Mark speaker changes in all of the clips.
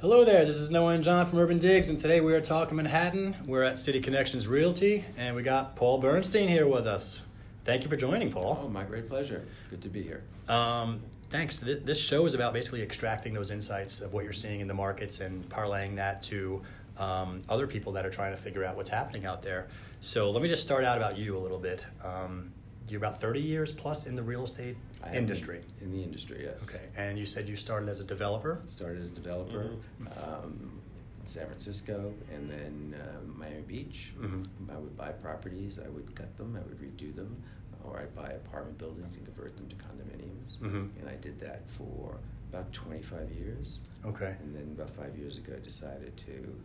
Speaker 1: Hello there, this is Noah and John from Urban Digs, and today we are talking Manhattan. We're at City Connections Realty, and we got Paul Bernstein here with us. Thank you for joining,
Speaker 2: Oh,
Speaker 1: Paul.
Speaker 2: my great pleasure. Good to be here.
Speaker 1: Um, thanks. Th- This show is about basically extracting those insights of what you're seeing in the markets and parlaying that to um, other people that are trying to figure out what's happening out there. So let me just start out about you a little bit. Um, you're about 30 years plus in the real estate
Speaker 2: I have
Speaker 1: industry.
Speaker 2: been In the industry, yes.
Speaker 1: Okay, and you said you started as a developer.
Speaker 2: Started as a developer
Speaker 1: Mm-hmm.
Speaker 2: um, in San Francisco and then uh, Miami Beach.
Speaker 1: Mhm.
Speaker 2: I would buy properties, I would cut them, I would redo them, or I'd buy apartment buildings and convert them to condominiums.
Speaker 1: Mhm.
Speaker 2: And I did that for about 25 years.
Speaker 1: Okay.
Speaker 2: And then about five years ago, I decided to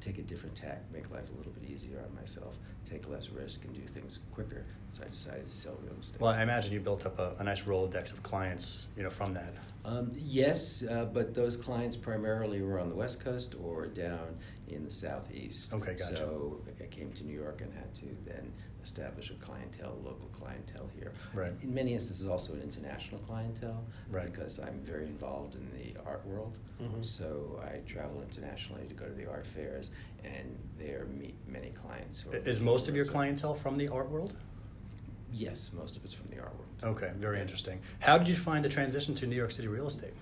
Speaker 2: take a different tack, make life a little bit easier on myself, take less risk, and do things quicker. So I decided to sell real estate.
Speaker 1: Well, I imagine you built up a, a nice Rolodex of clients, you know, from that.
Speaker 2: Um, yes, uh, but those clients primarily were on the West Coast or down in the Southeast.
Speaker 1: Okay, gotcha.
Speaker 2: So I came to New York and had to then establish a clientele, local clientele here.
Speaker 1: Right.
Speaker 2: In many instances, also an international clientele.
Speaker 1: Right.
Speaker 2: Because I'm very involved in the art world.
Speaker 3: Mm-hmm.
Speaker 1: Mhm.
Speaker 2: So I travel internationally to go to the art fairs and there meet many clients. Who are
Speaker 1: I- Is most of your
Speaker 2: so-
Speaker 1: clientele from the art world?
Speaker 2: Yes, most of it's from the art world.
Speaker 1: Okay, very
Speaker 2: Yeah.
Speaker 1: interesting. How did you find the transition to New York City real estate?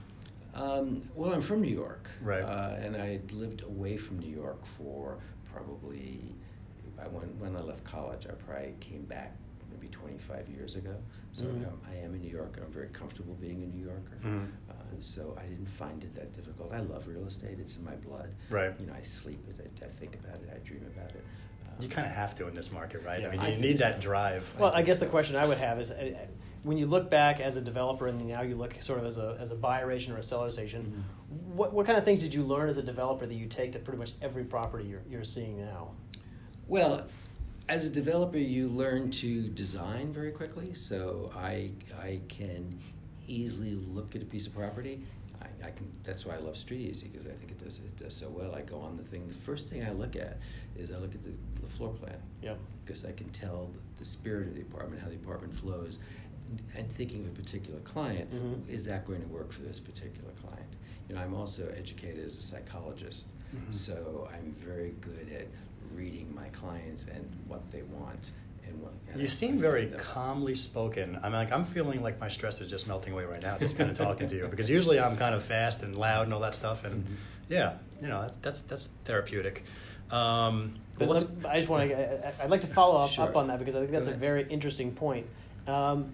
Speaker 2: Um, well, I'm from New York.
Speaker 1: Right.
Speaker 2: Uh, and I lived away from New York for probably, I, when, when I left college, I probably came back maybe 25 years ago. So
Speaker 1: Mhm.
Speaker 2: I'm, I am a New Yorker. I'm very comfortable being a New Yorker.
Speaker 1: Mhm.
Speaker 2: Uh, so I didn't find it that difficult. I love real estate, it's in my blood.
Speaker 1: Right.
Speaker 2: You know, I sleep it, I, I think about it, I dream about it. Um,
Speaker 1: You kind of have to in this market, right?
Speaker 2: Yeah,
Speaker 1: I mean,
Speaker 2: I
Speaker 1: you
Speaker 2: think
Speaker 1: need
Speaker 2: so.
Speaker 1: that drive.
Speaker 3: Well, I
Speaker 2: think
Speaker 3: guess the
Speaker 2: so.
Speaker 3: question I would have is, uh, uh, when you look back as a developer and now you look sort of as a, as a buyer agent or a seller's agent,
Speaker 2: Mm-hmm.
Speaker 3: what, what kind of things did you learn as a developer that you take to pretty much every property you're, you're seeing now?
Speaker 2: Well, as a developer, you learn to design very quickly. So I I can easily look at a piece of property. I, I can. That's why I love Street Easy because I think it does it does so well. I go on the thing. The first thing I look at is I look at the, the floor plan
Speaker 3: Yeah.
Speaker 2: because I can tell the spirit of the apartment, how the apartment flows, and, and thinking of a particular client,
Speaker 1: Mm-hmm.
Speaker 3: Mhm.
Speaker 2: is that going to work for this particular client? You know, I'm also educated as a psychologist,
Speaker 1: Mhm.
Speaker 2: so I'm very good at reading my clients and what they want and what. and
Speaker 1: You
Speaker 2: I-
Speaker 1: seem very
Speaker 2: the-
Speaker 1: calmly spoken. I'm like, I'm feeling like my stress is just melting away right now, just kind of talking to you. Because usually I'm kind of fast and loud and all that stuff. And
Speaker 2: Mhm.
Speaker 1: yeah, you know, that's that's, that's therapeutic. Um, but
Speaker 3: But
Speaker 1: what's-
Speaker 3: let- I just want to. I'd like to follow up,
Speaker 2: Sure.
Speaker 3: up on that because I think
Speaker 2: Go
Speaker 3: that's a
Speaker 2: ahead.
Speaker 3: very interesting point. Um,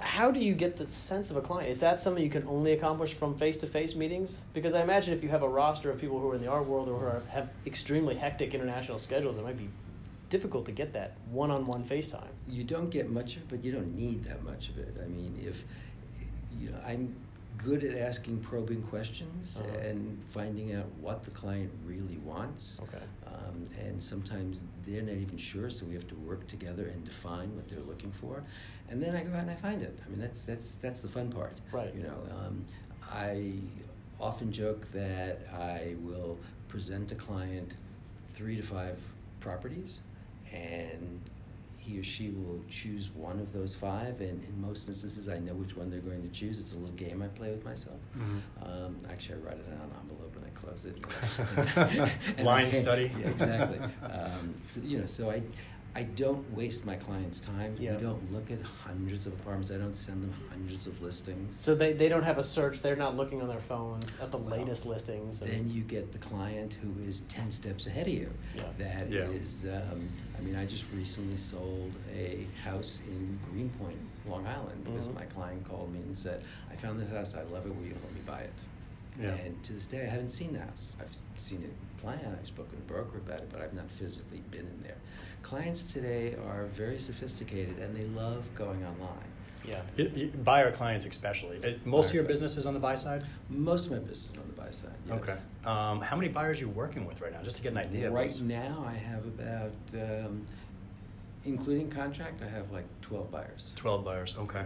Speaker 3: how do you get the sense of a client? Is that something you can only accomplish from face to face meetings? Because I imagine if you have a roster of people who are in the art world or who are, have extremely hectic international schedules, it might be difficult to get that one on one FaceTime.
Speaker 2: you don't get much of it, but you don't need that much of it. I mean, if you know, I'm good at asking probing questions
Speaker 3: Uh-huh.
Speaker 2: and finding out what the client really wants.
Speaker 3: Okay.
Speaker 2: Um, and sometimes they're not even sure, so we have to work together and define what they're looking for. And then I go out and I find it. I mean, that's that's that's the fun part.
Speaker 3: Right.
Speaker 2: You know, um, I often joke that I will present a client three to five properties, and he or she will choose one of those five. And in most instances, I know which one they're going to choose. It's a little game I play with myself.
Speaker 1: Mhm.
Speaker 2: Um, actually, I write it on an envelope and I close it.
Speaker 1: Blind study.
Speaker 2: Yeah, exactly. Um, so, you know, so I, I don't waste my clients' time.
Speaker 3: Yeah.
Speaker 2: We don't look at hundreds of apartments. I don't send them hundreds of listings.
Speaker 3: So they, they don't have a search, they're not looking on their phones at the
Speaker 2: Well,
Speaker 3: latest listings. and-
Speaker 2: then you get the client who is 10 steps ahead of you.
Speaker 3: Yeah.
Speaker 2: That
Speaker 1: Yeah.
Speaker 2: is, um, I mean, I just recently sold a house in Greenpoint, Long Island, because
Speaker 3: Mhm.
Speaker 2: my client called me and said, I found this house, I love it, will you let me buy it?
Speaker 1: Yeah.
Speaker 2: And to this day, I haven't seen the house. I've seen it planned, I've spoken to a broker about it, but I've not physically been in there. Clients today are very sophisticated and they love going online.
Speaker 3: yeah.
Speaker 1: You- you- buyer clients especially. Uh, Most of
Speaker 2: Buyer
Speaker 1: your
Speaker 2: clients.
Speaker 1: business is on the buy side?
Speaker 2: Most of my business is on the buy side. Yes.
Speaker 1: Okay. Um, how many buyers are you working with right now, just to get an idea? of
Speaker 2: Right
Speaker 1: this?
Speaker 2: now, I have about, um, including contract, I have like 12 buyers.
Speaker 1: Twelve buyers. Okay. Eh,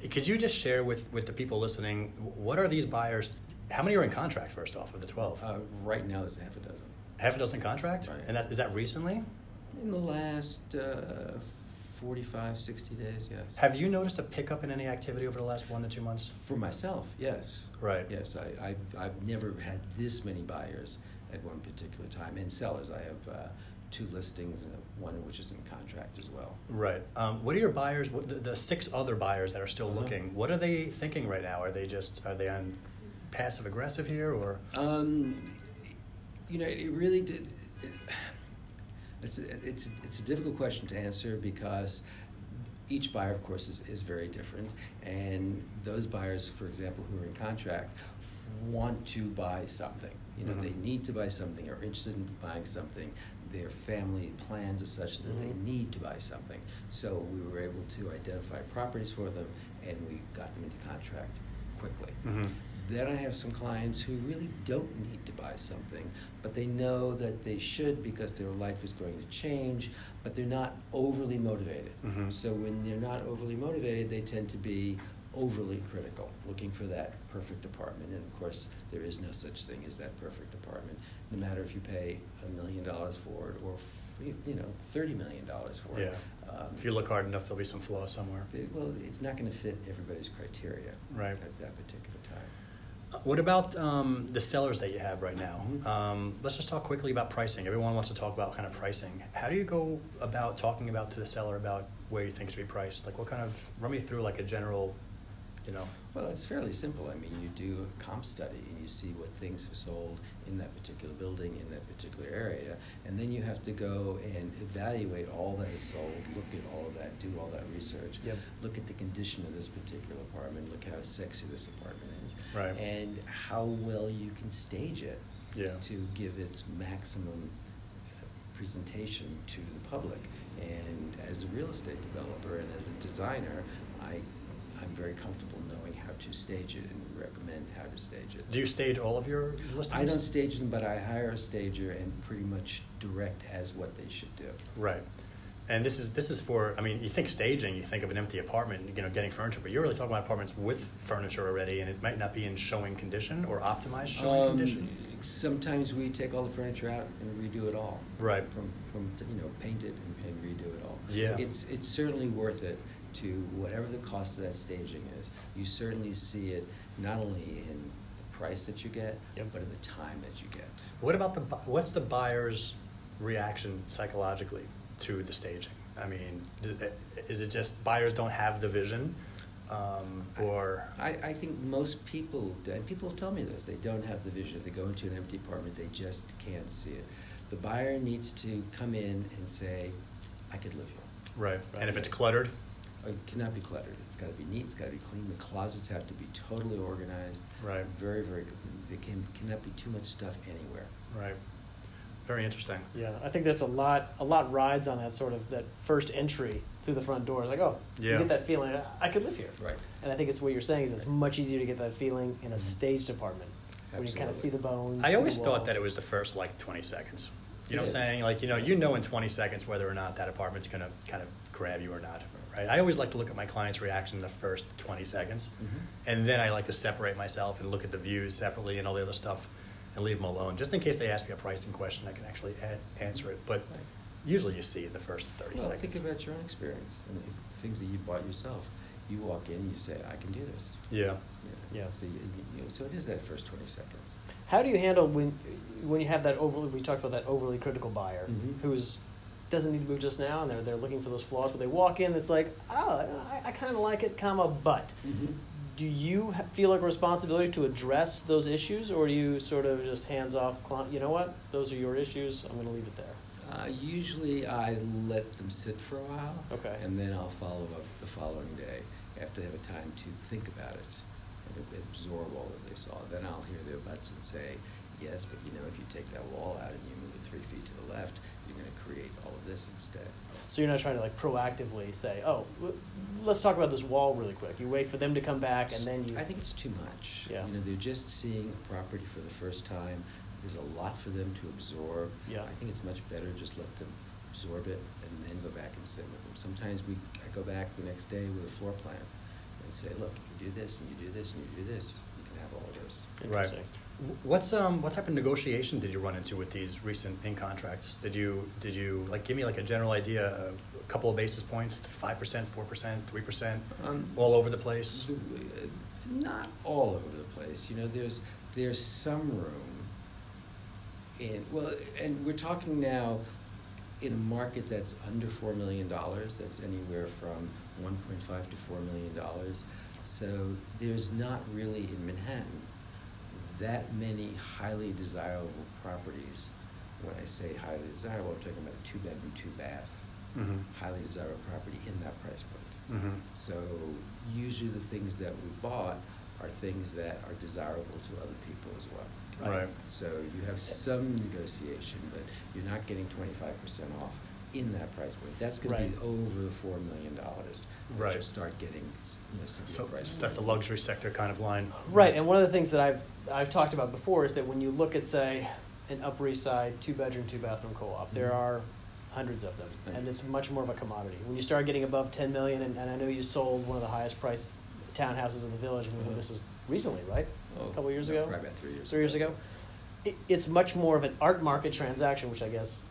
Speaker 2: Right.
Speaker 1: Could you just share with with the people listening wh- what are these buyers? How many are in contract first off of the twelve?
Speaker 2: Uh, right now, there's a half a dozen.
Speaker 1: Half a dozen in contract,
Speaker 2: right.
Speaker 1: and that is that recently?
Speaker 2: In the last uh, 45, 60 days, yes.
Speaker 1: Have you noticed a pickup in any activity over the last one to two months?
Speaker 2: For myself, yes.
Speaker 1: Right.
Speaker 2: Yes, I, I've, I've never had this many buyers at one particular time. And sellers, I have uh, two listings, and one which is in contract as well.
Speaker 1: Right. Um, what are your buyers? What, the, the six other buyers that are still
Speaker 2: Uh-huh.
Speaker 1: looking. What are they thinking right now? Are they just are they on passive aggressive here or?
Speaker 2: Um, you know, it really did. It's it's it's a difficult question to answer because each buyer, of course, is, is very different, and those buyers, for example, who are in contract, want to buy something. You know, they
Speaker 1: Mhm.
Speaker 2: need to buy something, are interested in buying something. Their family plans are such that
Speaker 3: Mhm.
Speaker 2: they need to buy something. So we were able to identify properties for them, and we got them into contract quickly. Then I have some clients who really don't need to buy something, but they know that they should because their life is going to change, but they're not overly motivated.
Speaker 1: Mhm.
Speaker 2: So when they're not overly motivated, they tend to be overly critical, looking for that perfect apartment. And of course, there is no such thing as that perfect apartment, no matter if you pay a million dollars for it or, f- you know, $30 million for it.
Speaker 1: Yeah.
Speaker 2: Um,
Speaker 1: If you look hard enough, there'll be some flaw somewhere.
Speaker 2: they- well, it's not going to fit everybody's criteria
Speaker 1: Right.
Speaker 2: at that particular time.
Speaker 1: Uh, What about um, the sellers that you have right now?
Speaker 2: Mhm.
Speaker 1: Um, let's just talk quickly about pricing. Everyone wants to talk about kind of pricing. How do you go about talking about to the seller about where you think it should be priced? Like, what kind of run me through like a general, you know?
Speaker 2: Well, it's fairly simple. I mean, you do a comp study and you see what things have sold in that particular building, in that particular area, and then you have to go and evaluate all that is sold, look at all of that, do all that research,
Speaker 1: Yep.
Speaker 2: look at the condition of this particular apartment, look how sexy this apartment is,
Speaker 1: Right.
Speaker 2: and how well you can stage it
Speaker 1: Yeah.
Speaker 2: to give its maximum uh, presentation to the public. And as a real estate developer and as a designer, I, I'm very comfortable knowing how to stage it and recommend how to stage it.
Speaker 1: Do you stage all of your listings?
Speaker 2: I don't stage them, but I hire a stager and pretty much direct as what they should do.
Speaker 1: Right. And this is this is for I mean you think staging you think of an empty apartment you know getting furniture but you're really talking about apartments with furniture already and it might not be in showing condition or optimized showing
Speaker 2: Um,
Speaker 1: condition.
Speaker 2: Sometimes we take all the furniture out and redo it all.
Speaker 1: Right.
Speaker 2: From, from you know, paint it and, and redo it all.
Speaker 1: Yeah.
Speaker 2: It's, it's certainly worth it to whatever the cost of that staging is. You certainly see it not only in the price that you get,
Speaker 3: Yep.
Speaker 2: but in the time that you get.
Speaker 1: What about the bu- what's the buyer's reaction psychologically to the staging? I mean, d- uh, is it just buyers don't have the vision, um, or
Speaker 2: I, I think most people, and people tell me this, they don't have the vision. If they go into an empty apartment, they just can't see it. The buyer needs to come in and say, I could live here.
Speaker 1: right? And if it's
Speaker 2: Right.
Speaker 1: cluttered,
Speaker 2: It cannot be cluttered. It's got to be neat. It's got to be clean. The closets have to be totally organized.
Speaker 1: Right.
Speaker 2: Very, very. There can cannot be too much stuff anywhere.
Speaker 1: right? Very interesting.
Speaker 3: Yeah, I think there's a lot a lot rides on that sort of that first entry through the front door. It's like, oh,
Speaker 1: Yeah.
Speaker 3: you get that feeling. "I- I could live here.
Speaker 2: Right.
Speaker 3: And I think it's what you're saying is it's much easier to get that feeling in a
Speaker 1: Mhm.
Speaker 3: staged apartment where you
Speaker 2: Absolutely.
Speaker 3: kind of see the bones. see
Speaker 1: I
Speaker 3: the
Speaker 1: always thought that
Speaker 3: walls.
Speaker 1: it was the first like 20 seconds. You know
Speaker 2: It
Speaker 1: what I'm
Speaker 2: is.
Speaker 1: saying? Like, you know, you know in 20 seconds whether or not that apartment's going to kind of grab you or not, right? I always like to look at my client's reaction in the first 20 seconds.
Speaker 2: Mhm.
Speaker 1: And then I like to separate myself and look at the views separately and all the other stuff and leave them alone. Just in case they ask me a pricing question, I can actually a- answer it. But
Speaker 2: Right.
Speaker 1: usually you see it in the first 30
Speaker 2: Well,
Speaker 1: seconds.
Speaker 2: think about your own experience and if- things that you bought yourself. You walk in, and you say, "I can do this."
Speaker 1: yeah.
Speaker 3: Yeah.
Speaker 2: So, you, you know, so it is that first twenty seconds.
Speaker 3: How do you handle when when you have that overly? We talked about that overly critical buyer
Speaker 1: Mm-hmm.
Speaker 2: Mhm.
Speaker 3: who's doesn't need to move just now, and they're they're looking for those flaws, but they walk in. It's like, oh, I, I kind of like it, comma, but.
Speaker 1: Mm-hmm.
Speaker 3: Do you ha- feel like a responsibility to address those issues, or do you sort of just hands off? Client, you know what? Those are your issues. I'm going to leave it there.
Speaker 2: Uh, usually, I let them sit for a while.
Speaker 3: Okay.
Speaker 2: And then I'll follow up the following day after they have a time to think about it and ab- absorb all that they saw. Then I'll hear their butts and say, yes, but you know, if you take that wall out and you move it three feet to the left, you're going to create all of this instead.
Speaker 3: So you're not trying to like proactively say, oh, w- let's talk about this wall really quick. You wait for them to come back, and then you.
Speaker 2: I think it's too much.
Speaker 3: Yeah.
Speaker 2: You know, they're just seeing a property for the first time. There's a lot for them to absorb.
Speaker 3: Yeah.
Speaker 2: I think it's much better just let them absorb it and then go back and sit with them. Sometimes we I go back the next day with a floor plan and say, look, if you do this and you do this and you do this, you can have all of this.
Speaker 1: Right.
Speaker 3: Interesting.
Speaker 1: What's um what type of negotiation did you run into with these recent in contracts? Did you did you like give me like a general idea, uh, a couple of basis points, five percent, four percent, three percent,
Speaker 2: Um,
Speaker 1: all over the place?
Speaker 2: not all over the place. You know, there's there's some room in well, and we're talking now in a market that's under four million dollars. That's anywhere from one point five to four million dollars. So there's not really in Manhattan that many highly desirable properties. When I say highly desirable, I'm talking about a two bedroom, two bath,
Speaker 1: Mm-hmm.
Speaker 2: highly desirable property in that price point.
Speaker 1: Mm-hmm.
Speaker 2: So usually the things that we bought are things that are desirable to other people as well.
Speaker 1: Right. Right.
Speaker 2: So you have some negotiation, but you're not getting twenty-five percent off in that price point. That's gonna be
Speaker 3: Right.
Speaker 2: over four million dollars.
Speaker 1: Right.
Speaker 2: You'll start getting, s- you know, some good
Speaker 1: So
Speaker 2: prices.
Speaker 1: that's a luxury sector kind of line.
Speaker 3: Right, and one of the things that I've I've talked about before is that when you look at say an Upper East Side two bedroom two bathroom co-op, there
Speaker 2: Mhm.
Speaker 3: are hundreds of them,
Speaker 2: Right.
Speaker 3: and it's much more of a commodity. When you start getting above ten million, and, and I know you sold one of the highest priced townhouses in the village, and
Speaker 2: Uh-huh.
Speaker 3: this was recently, right?
Speaker 2: Oh,
Speaker 3: couple years
Speaker 2: no,
Speaker 3: ago?
Speaker 2: Probably about three years.
Speaker 3: Three years ago, it, it's much more of an art market transaction, which I guess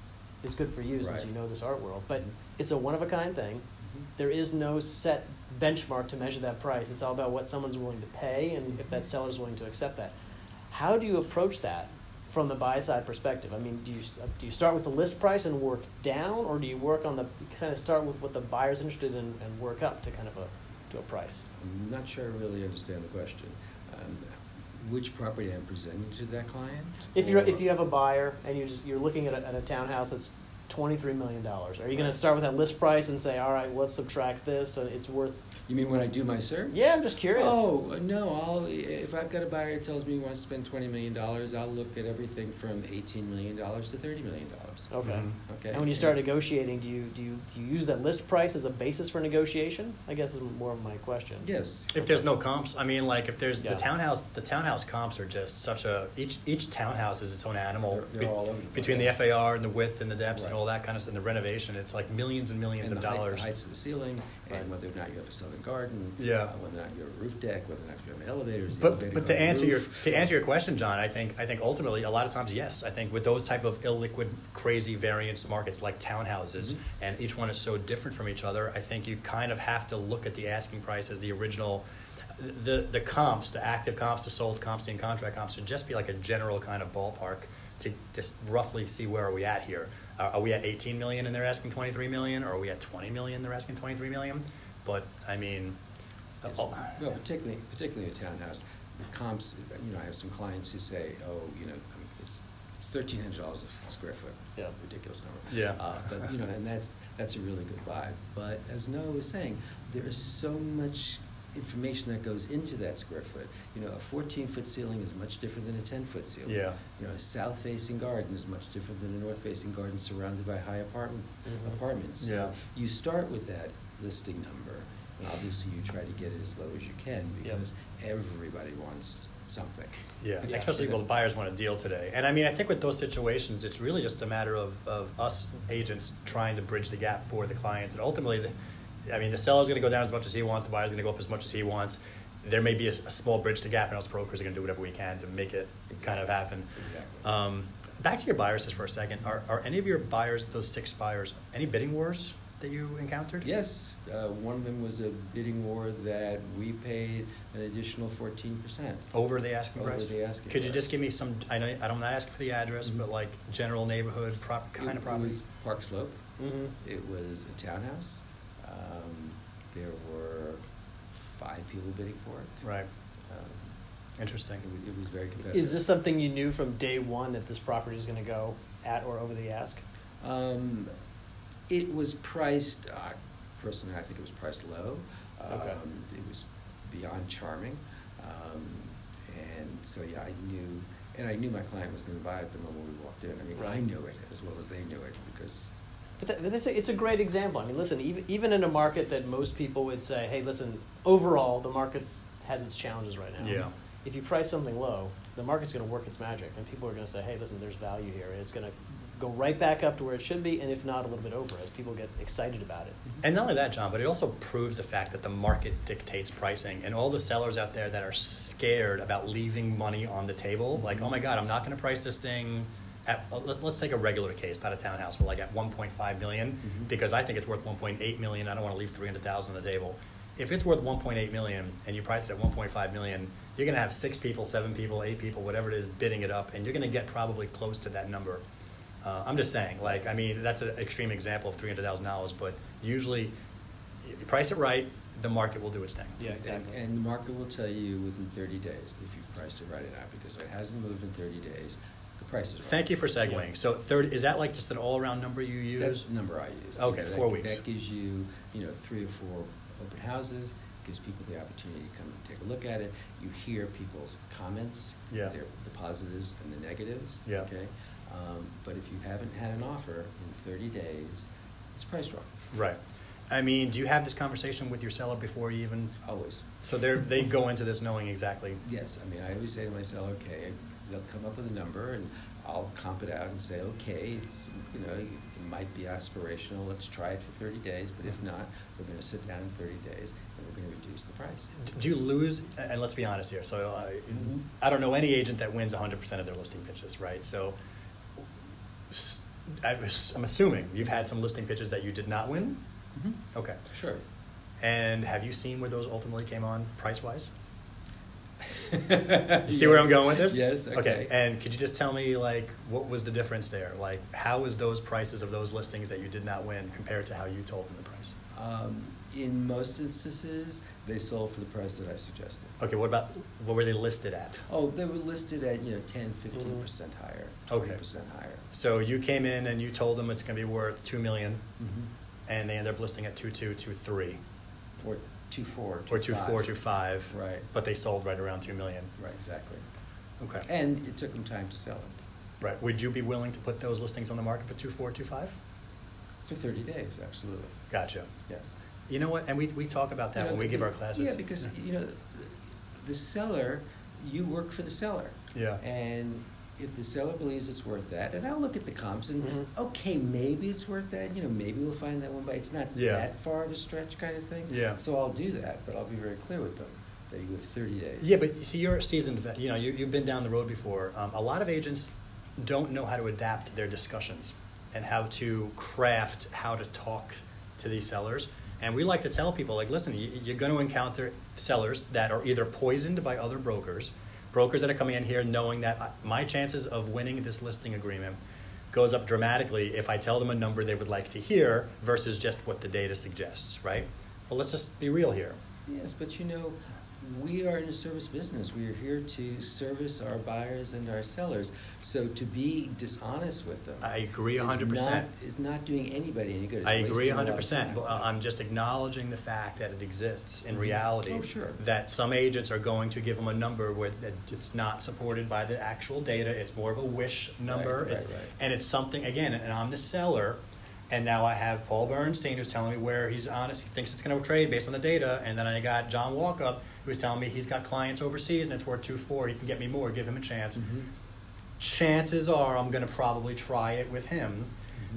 Speaker 3: is good for you since
Speaker 2: Right.
Speaker 3: you know this art world. But
Speaker 2: Mhm.
Speaker 3: it's a one of a kind thing.
Speaker 2: Mhm.
Speaker 3: There is no set benchmark to measure that price. It's all about what someone's willing to pay and if that seller's willing to accept that. How do you approach that from the buy side perspective? I mean, do you do you start with the list price and work down, or do you work on the kind of start with what the buyer's interested in and work up to kind of a to a price?
Speaker 2: I'm not sure I really understand the question. Um, Which property I'm presenting to that client?
Speaker 3: If you are
Speaker 2: or-
Speaker 3: if you have a buyer and you're just, you're looking at a, at a townhouse that's twenty three million dollars, are you going
Speaker 2: Right.
Speaker 3: to start with that list price and say, all right, let's subtract this, so it's worth?
Speaker 2: You mean when I do my search?
Speaker 3: Yeah, I'm just curious.
Speaker 2: Oh uh, no! I'll if I've got a buyer who tells me he wants to spend twenty million dollars, I'll look at everything from eighteen million dollars to thirty million dollars.
Speaker 3: Okay.
Speaker 1: Mhm.
Speaker 2: Okay.
Speaker 3: And when you start negotiating, do you, do you, do you use that list price as a basis for negotiation? I guess is more of my question.
Speaker 2: Yes.
Speaker 1: If there's no comps, I mean, like if there's
Speaker 3: Yeah.
Speaker 1: the townhouse, the townhouse comps are just such a each each townhouse is its own animal.
Speaker 2: They're- they're all over the place.
Speaker 1: between the FAR and the width and the depths and
Speaker 2: Right.
Speaker 1: all that kind of stuff, and the renovation, it's like millions and millions
Speaker 2: and
Speaker 1: of
Speaker 2: the height- the
Speaker 1: dollars.
Speaker 2: heights of the ceiling,
Speaker 3: Right.
Speaker 2: and whether or not you have a southern garden.
Speaker 1: Yeah.
Speaker 2: uh, whether or not you have a roof deck, whether or not you have elevators. the
Speaker 1: But
Speaker 2: elevator
Speaker 1: but
Speaker 2: going
Speaker 1: to answer your
Speaker 2: roof.
Speaker 1: to answer your question, John, I think I think ultimately a lot of times yes, I think with those type of illiquid, crazy variance markets like townhouses,
Speaker 2: Mhm.
Speaker 1: and each one is so different from each other. I think you kind of have to look at the asking price as the original. The the comps, the active comps, the sold comps, the in contract comps should just be like a general kind of ballpark to just roughly see where are we at here. Are, are we at 18 million and they're asking 23 million, or are we at 20 million and they're asking 23 million? But I mean, uh,
Speaker 2: Yes.
Speaker 1: oh,
Speaker 2: No, particularly, particularly a townhouse, the comps, you know, I have some clients who say, oh, you know, um, it's, it's thirteen hundred dollars a square foot.
Speaker 3: Yeah.
Speaker 2: Ridiculous number.
Speaker 1: Yeah.
Speaker 2: Uh, but, you know, and that's, that's a really good buy. But as Noah was saying, there is so much information that goes into that square foot. You know, a fourteen-foot ceiling is much different than a ten-foot ceiling.
Speaker 1: yeah.
Speaker 2: You know, a south-facing garden is much different than a north-facing garden surrounded by high apartment,
Speaker 3: Mhm.
Speaker 2: apartments. So
Speaker 1: Yeah.
Speaker 2: You start with that listing number, and obviously you try to get it as low as you can
Speaker 3: Yep.
Speaker 2: because everybody wants something.
Speaker 1: Yeah,
Speaker 3: Yeah.
Speaker 1: especially well, the buyers want a deal today, and I mean, I think with those situations, it's really just a matter of, of us agents trying to bridge the gap for the clients, and ultimately, the, I mean, the seller's going to go down as much as he wants, the buyer's going to go up as much as he wants. There may be a, a small bridge to gap, and us brokers are going to do whatever we can to make it kind of happen.
Speaker 2: Exactly.
Speaker 1: Um, back to your buyers just for a second. Are, are any of your buyers, those six buyers, any bidding wars that you encountered?
Speaker 2: Yes, uh, one of them was a bidding war that we paid an additional fourteen percent.
Speaker 1: Over the asking
Speaker 2: Over
Speaker 1: price.
Speaker 2: the asking
Speaker 1: Oh, Could you just
Speaker 2: price.
Speaker 1: give me some? I know I'm not asking for the address,
Speaker 2: Mhm.
Speaker 1: but like general neighborhood, prop, kind of
Speaker 2: It
Speaker 1: property.
Speaker 2: was Park Slope.
Speaker 3: Mm-hmm.
Speaker 2: It was a townhouse. Um, there were five people bidding for it.
Speaker 1: Right.
Speaker 2: Um,
Speaker 1: Interesting.
Speaker 2: it, wa- it was very competitive.
Speaker 3: Is this something you knew from day one that this property is going to go at or over the ask?
Speaker 2: Um, it was priced. Uh, personally, I think it was priced low. Um,
Speaker 3: Okay.
Speaker 2: It was beyond charming, um, and so yeah, I knew, and I knew my client was going to buy it the moment we walked in. I mean, I
Speaker 3: Right.
Speaker 2: knew it as well as they knew it because
Speaker 3: But that, this, it's a great example. I mean, listen, even, even in a market that most people would say, hey, listen, overall, the market's has its challenges right now.
Speaker 1: Yeah.
Speaker 3: If you price something low, the market's going to work its magic, and people are going to say, "Hey, listen, there's value here," and it's going to go right back up to where it should be, and if not, a little bit over as people get excited about it.
Speaker 1: And not only that, John, but it also proves the fact that the market dictates pricing. And all the sellers out there that are scared about leaving money on the table, like, oh my God, I'm not going to price this thing at, uh, let, us take a regular case, not a townhouse, but like at 1.5 million,
Speaker 2: Mhm.
Speaker 1: because I think it's worth 1.8 million. I don't want to leave 300,000 on the table. If it's worth 1.8 million and you price it at 1.5 million, you're going to have six people, seven people, eight people, whatever it is, bidding it up, and you're going to get probably close to that number. Uh, I'm just saying, like, I mean, that's an extreme example of $300,000, but usually, if you price it right, the market will do its thing.
Speaker 3: Yeah,
Speaker 2: And-
Speaker 3: exactly.
Speaker 2: And the market will tell you within 30 days if you've priced it right or not, because if it hasn't moved in 30 days, the price is right.
Speaker 1: Thank you for segueing.
Speaker 3: Yeah.
Speaker 1: So, third, is that like just an all around number you use?
Speaker 2: That's the number I use.
Speaker 1: Okay,
Speaker 2: You know, that-
Speaker 1: four weeks.
Speaker 2: That gives you, you know, three or four open houses, gives people the opportunity to come and take a look at it. You hear people's comments,
Speaker 1: Yeah.
Speaker 2: their, the positives and the negatives.
Speaker 1: Yeah.
Speaker 2: Okay. Um, but if you haven't had an offer in 30 days, it's priced wrong.
Speaker 1: Right. I mean, do you have this conversation with your seller before you even?
Speaker 2: Always.
Speaker 1: So they they go into this knowing exactly.
Speaker 2: Yes, I mean, I always say to myself, okay, they'll come up with a number and I'll comp it out and say, okay, it's, you know, it might be aspirational, let's try it for 30 days, but if not, we're going to sit down in 30 days and we're going to reduce the price.
Speaker 1: Do you lose? And let's be honest here. So I, I don't know any agent that wins 100% of their listing pitches, right? So s- I was- I'm assuming you've had some listing pitches that you did not win.
Speaker 2: Mhm.
Speaker 1: Okay.
Speaker 2: Sure.
Speaker 1: And have you seen where those ultimately came on price wise? You see where I'm going with this?
Speaker 2: Yes, okay.
Speaker 1: And could you just tell me like what was the difference there? Like how was those prices of those listings that you did not win compared to how you told them the price?
Speaker 2: um, in most instances, they sold for the price that I suggested.
Speaker 1: Okay, what about what were they listed at?
Speaker 2: Oh, they were listed at, you know, 10, 15% percent higher,
Speaker 1: Mm-hmm. Okay.
Speaker 2: 20% higher.
Speaker 1: So you came in and you told them it's going to be worth two million,
Speaker 2: Mm-hmm.
Speaker 1: and they end up listing at two two two three,
Speaker 2: Or two four,
Speaker 1: or two four
Speaker 2: five.
Speaker 1: two five.
Speaker 2: Right.
Speaker 1: But they sold right around two million.
Speaker 2: Right, exactly.
Speaker 1: Okay.
Speaker 2: And it took them time to sell it
Speaker 1: right. Would you be willing to put those listings on the market for two four two five?
Speaker 2: for 30 days, absolutely.
Speaker 1: Gotcha.
Speaker 2: Yes.
Speaker 1: You know what? And we, we talk about that
Speaker 2: You know,
Speaker 1: when we
Speaker 2: the-
Speaker 1: give our
Speaker 2: the-
Speaker 1: classes.
Speaker 2: Yeah, because you know, the seller, you work for the seller.
Speaker 1: Yeah.
Speaker 2: And if the seller believes it's worth that, and I'll look at the comps and
Speaker 3: Mhm.
Speaker 1: Mm-hmm.
Speaker 2: okay, maybe it's worth that. You know, maybe we'll find that one, but it's not
Speaker 1: Yeah.
Speaker 2: that far of a stretch, kind of thing.
Speaker 1: Yeah.
Speaker 2: So I'll do that, but I'll be very clear with them that you have 30 days.
Speaker 1: Yeah, but you see, you're a seasoned vet. You know, you, you've been down the road before. Um, a lot of agents don't know how to adapt their discussions and how to craft how to talk to these sellers. And we like to tell people, like, listen, you, you're going to encounter sellers that are either poisoned by other brokers, brokers that are coming in here knowing that I- my chances of winning this listing agreement goes up dramatically if I tell them a number they would like to hear versus just what the data suggests, right? Well, let's just be real here.
Speaker 2: Yes, but you know, we are in a service business. We are here to service our buyers and our sellers. So to be dishonest with them.
Speaker 1: I agree
Speaker 2: is
Speaker 1: 100%.
Speaker 2: not- Is not doing anybody any good. It's
Speaker 1: I agree
Speaker 2: wasting a lot of
Speaker 1: 100%.
Speaker 2: time.
Speaker 1: But uh, I'm just acknowledging the fact that it exists in
Speaker 2: Mhm.
Speaker 1: reality.
Speaker 2: Oh, sure.
Speaker 1: That some agents are going to give them a number where that it's not supported by the actual data. It's more of a wish number.
Speaker 2: right,
Speaker 1: it's,
Speaker 2: right.
Speaker 1: And it's something, again, and I'm the seller. And now I have Paul Bernstein who's telling me where he's honest. He thinks it's going to trade based on the data. And then I got John Walkup who's telling me he's got clients overseas and it's worth 2 4. He can get me more. Give him a chance
Speaker 2: Mhm.
Speaker 1: chances are I'm going to probably try it with him.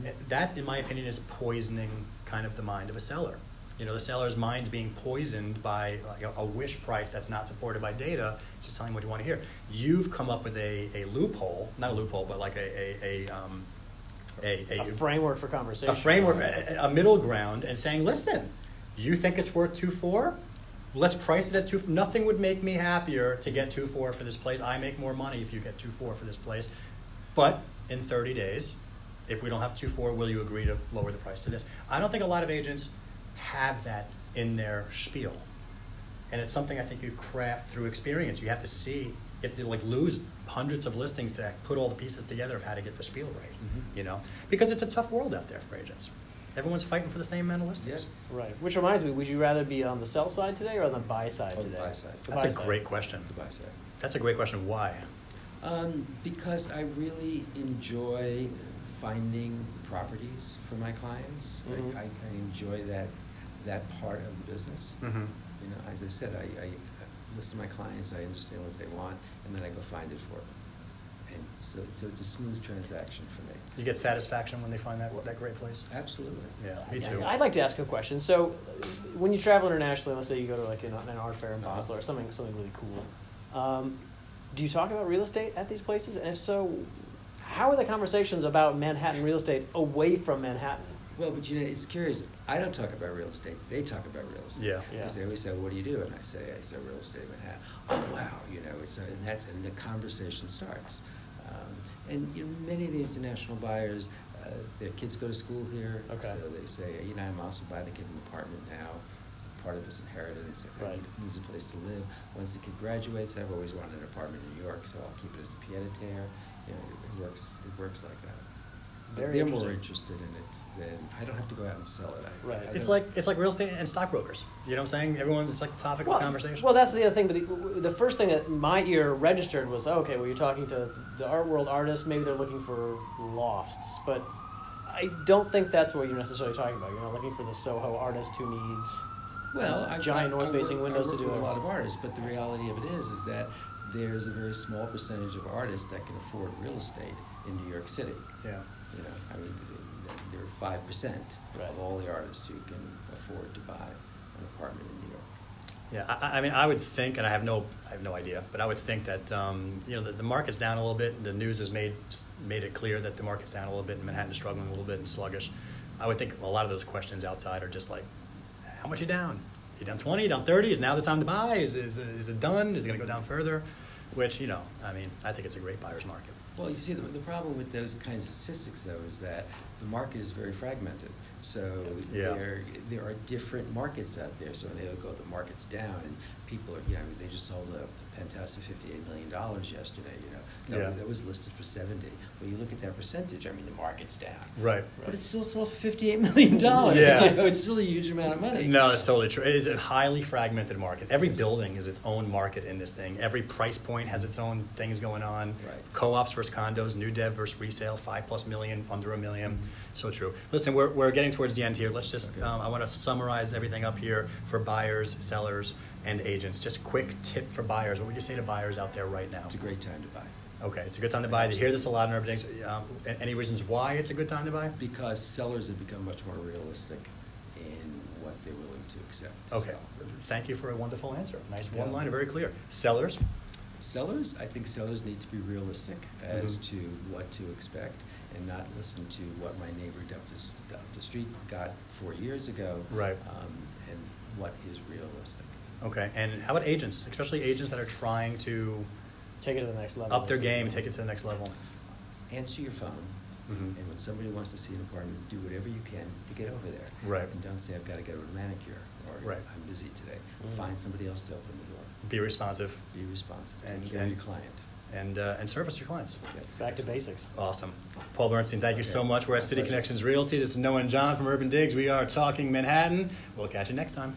Speaker 1: Eh,
Speaker 2: Mhm.
Speaker 1: That, in my opinion, is poisoning kind of the mind of a seller. You know, the seller's mind's being poisoned by like, a- a wish price that's not supported by data, It's just telling what you want to hear. You've come up with a, a loophole, not a loophole, but like a, a, a, um, a,
Speaker 3: A framework for conversation.
Speaker 1: a framework, a, a a middle ground, and saying, listen, you think it's worth two four? Let's price it at two. Nothing would make me happier to get two four for this place. I make more money if you get two four for this place. But in thirty days, if we don't have two four, will you agree to lower the price to this? I don't think a lot of agents have that in their spiel, and it's something I think you craft through experience. You have to see. You have to like lose hundreds of listings to put all the pieces together of how to get the spiel right
Speaker 2: Mhm.
Speaker 1: you know because it's a tough world out there for agents everyone's fighting for the same amount of listings
Speaker 2: Yes.
Speaker 3: Right. Which reminds me, would you rather be on the sell side today or on the buy side
Speaker 2: On the
Speaker 3: today?
Speaker 2: buy side.
Speaker 3: The buy
Speaker 1: that's a
Speaker 3: side.
Speaker 1: great question
Speaker 2: The buy side.
Speaker 1: that's a great question why
Speaker 2: Um, because I really enjoy finding properties for my clients. I-
Speaker 3: Mhm.
Speaker 2: I, I enjoy that, that part of the business.
Speaker 1: mm-hmm.
Speaker 2: You know, as I said, I, I, listen to my clients, I understand what they want, and then I go find it for them. And so, so it's a smooth transaction for me.
Speaker 1: You get satisfaction when they find that that great place.
Speaker 2: Absolutely.
Speaker 1: Yeah, me too.
Speaker 3: Yeah, I'd like to ask a question. So, uh, when you travel internationally, let's say you go to like an, an art fair in
Speaker 2: Uh-huh.
Speaker 3: Basel or something, something really cool. Um, do you talk about real estate at these places? And if so, how are the conversations about Manhattan real estate away from Manhattan?
Speaker 2: Well, but you know, it's curious. I don't talk about real estate. They talk about real estate.
Speaker 1: Yeah.
Speaker 3: Yeah.
Speaker 2: Because they always say, "What do you do?" And I say, "I sell real estate in Manhattan." Oh, wow! You know, it's and that's and the conversation starts. Um, and you know, many of the international buyers, uh, their kids go to school here,
Speaker 3: Okay.
Speaker 2: so they say, "You know, I'm also buying the kid an apartment now." Part of his inheritance. and
Speaker 3: Right.
Speaker 2: He needs a place to live. Once the kid graduates, I've always wanted an apartment in New York, so I'll keep it as a pied a terre. You know, it works. It works like that. But
Speaker 3: Very
Speaker 2: they're more
Speaker 3: interesting.
Speaker 2: interested in it than I don't have to go out and sell it. I,
Speaker 3: Right.
Speaker 2: I
Speaker 1: It's
Speaker 2: don't-
Speaker 1: like it's like real estate and stockbrokers. You know what I'm saying? Everyone's it's like the topic of conversation.
Speaker 3: Well, that's the other thing. But the, w- the first thing that my ear registered was oh, okay. Well, you're talking to the art world artists. Maybe they're looking for lofts, but I don't think that's what you're necessarily talking about. You're not looking for the Soho artist who needs.
Speaker 2: well, I,
Speaker 3: giant
Speaker 2: I- I
Speaker 3: north-facing
Speaker 2: work- I
Speaker 3: windows to
Speaker 2: work
Speaker 3: do
Speaker 2: with
Speaker 3: it.
Speaker 2: a lot of artists, but the reality of it is, is that there's a very small percentage of artists that can afford real estate in New York City.
Speaker 1: yeah.
Speaker 2: You know, I mean, th- th- there are five percent
Speaker 3: Right.
Speaker 2: of all the artists who can afford to buy an apartment in New York.
Speaker 1: Yeah, I, I mean, I would think, and I have no, I have no idea, but I would think that um, you know the, the market's down a little bit. The news has made made it clear that the market's down a little bit, and Manhattan's struggling a little bit and sluggish. I would think a lot of those questions outside are just like, how much you down? You down twenty? You down thirty? Is now the time to buy? Is is, is it done? Is it going to go down further? Which you know, I mean, I think it's a great buyer's market.
Speaker 2: Well, you see, the, the problem with those kinds of statistics, though, is that the market is very fragmented. So
Speaker 1: Yeah.
Speaker 2: there, there are different markets out there. So they'll go, the market's down, and people are, you know, they just sold a penthouse for $58 million yesterday, you know. That,
Speaker 1: Yeah.
Speaker 2: that was listed for 70. When you look at that percentage, I mean, the market's down.
Speaker 1: Right.
Speaker 2: But it still sold for $58 million.
Speaker 1: Yeah.
Speaker 2: You know, it's still a huge amount of money.
Speaker 1: No, that's totally true. It's a highly fragmented market. Every
Speaker 2: Yes.
Speaker 1: building is its own market in this thing. Every price point has its own things going on.
Speaker 2: Right.
Speaker 1: Co-ops versus condos, new dev versus resale, five plus million, under a 1000000 So true. Listen, we're, we're getting towards the end here. Let's just,
Speaker 2: Okay.
Speaker 1: um, I want to summarize everything up here for buyers, sellers, and agents. Just quick tip for buyers. What would you say to buyers out there right now?
Speaker 2: It's a great time to buy.
Speaker 1: Okay, it's a good time to buy. They hear this a lot and everything. Um, a- any reasons why it's a good time to buy?
Speaker 2: because sellers have become much more realistic in what they're willing to accept. to
Speaker 1: Okay.
Speaker 2: sell.
Speaker 1: Thank you for a wonderful answer. Nice
Speaker 2: Yeah.
Speaker 1: one liner, very clear. Sellers,
Speaker 2: Sellers, I think sellers need to be realistic as
Speaker 1: Mhm.
Speaker 2: to what to expect and not listen to what my neighbor up the, s- up the street got four years ago.
Speaker 1: Right.
Speaker 2: Um, and what is realistic.
Speaker 1: Okay, and how about agents, especially agents that are trying to
Speaker 3: Take it to the next level.
Speaker 1: up their game, take it to the next level?
Speaker 2: Answer your phone.
Speaker 1: Mhm.
Speaker 2: And when somebody wants to see an apartment, do whatever you can to get over there.
Speaker 1: Right.
Speaker 2: And don't say, I've got to go to a manicure or
Speaker 1: Right. Mm-hmm.
Speaker 2: I'm busy today.
Speaker 3: Mm.
Speaker 2: Find somebody else to open the door.
Speaker 1: Be responsive
Speaker 2: Be responsive. Take
Speaker 1: And-
Speaker 2: care
Speaker 1: and-
Speaker 2: of your client.
Speaker 1: and uh, and service your clients.
Speaker 2: Yes.
Speaker 3: Back to basics.
Speaker 1: Awesome. Paul Bernstein, thank you so
Speaker 2: Okay.
Speaker 1: much. We're at
Speaker 2: My
Speaker 1: City
Speaker 2: pleasure.
Speaker 1: Connections Realty. This is Noah and John from Urban Digs. We are talking Manhattan. We'll catch you next time.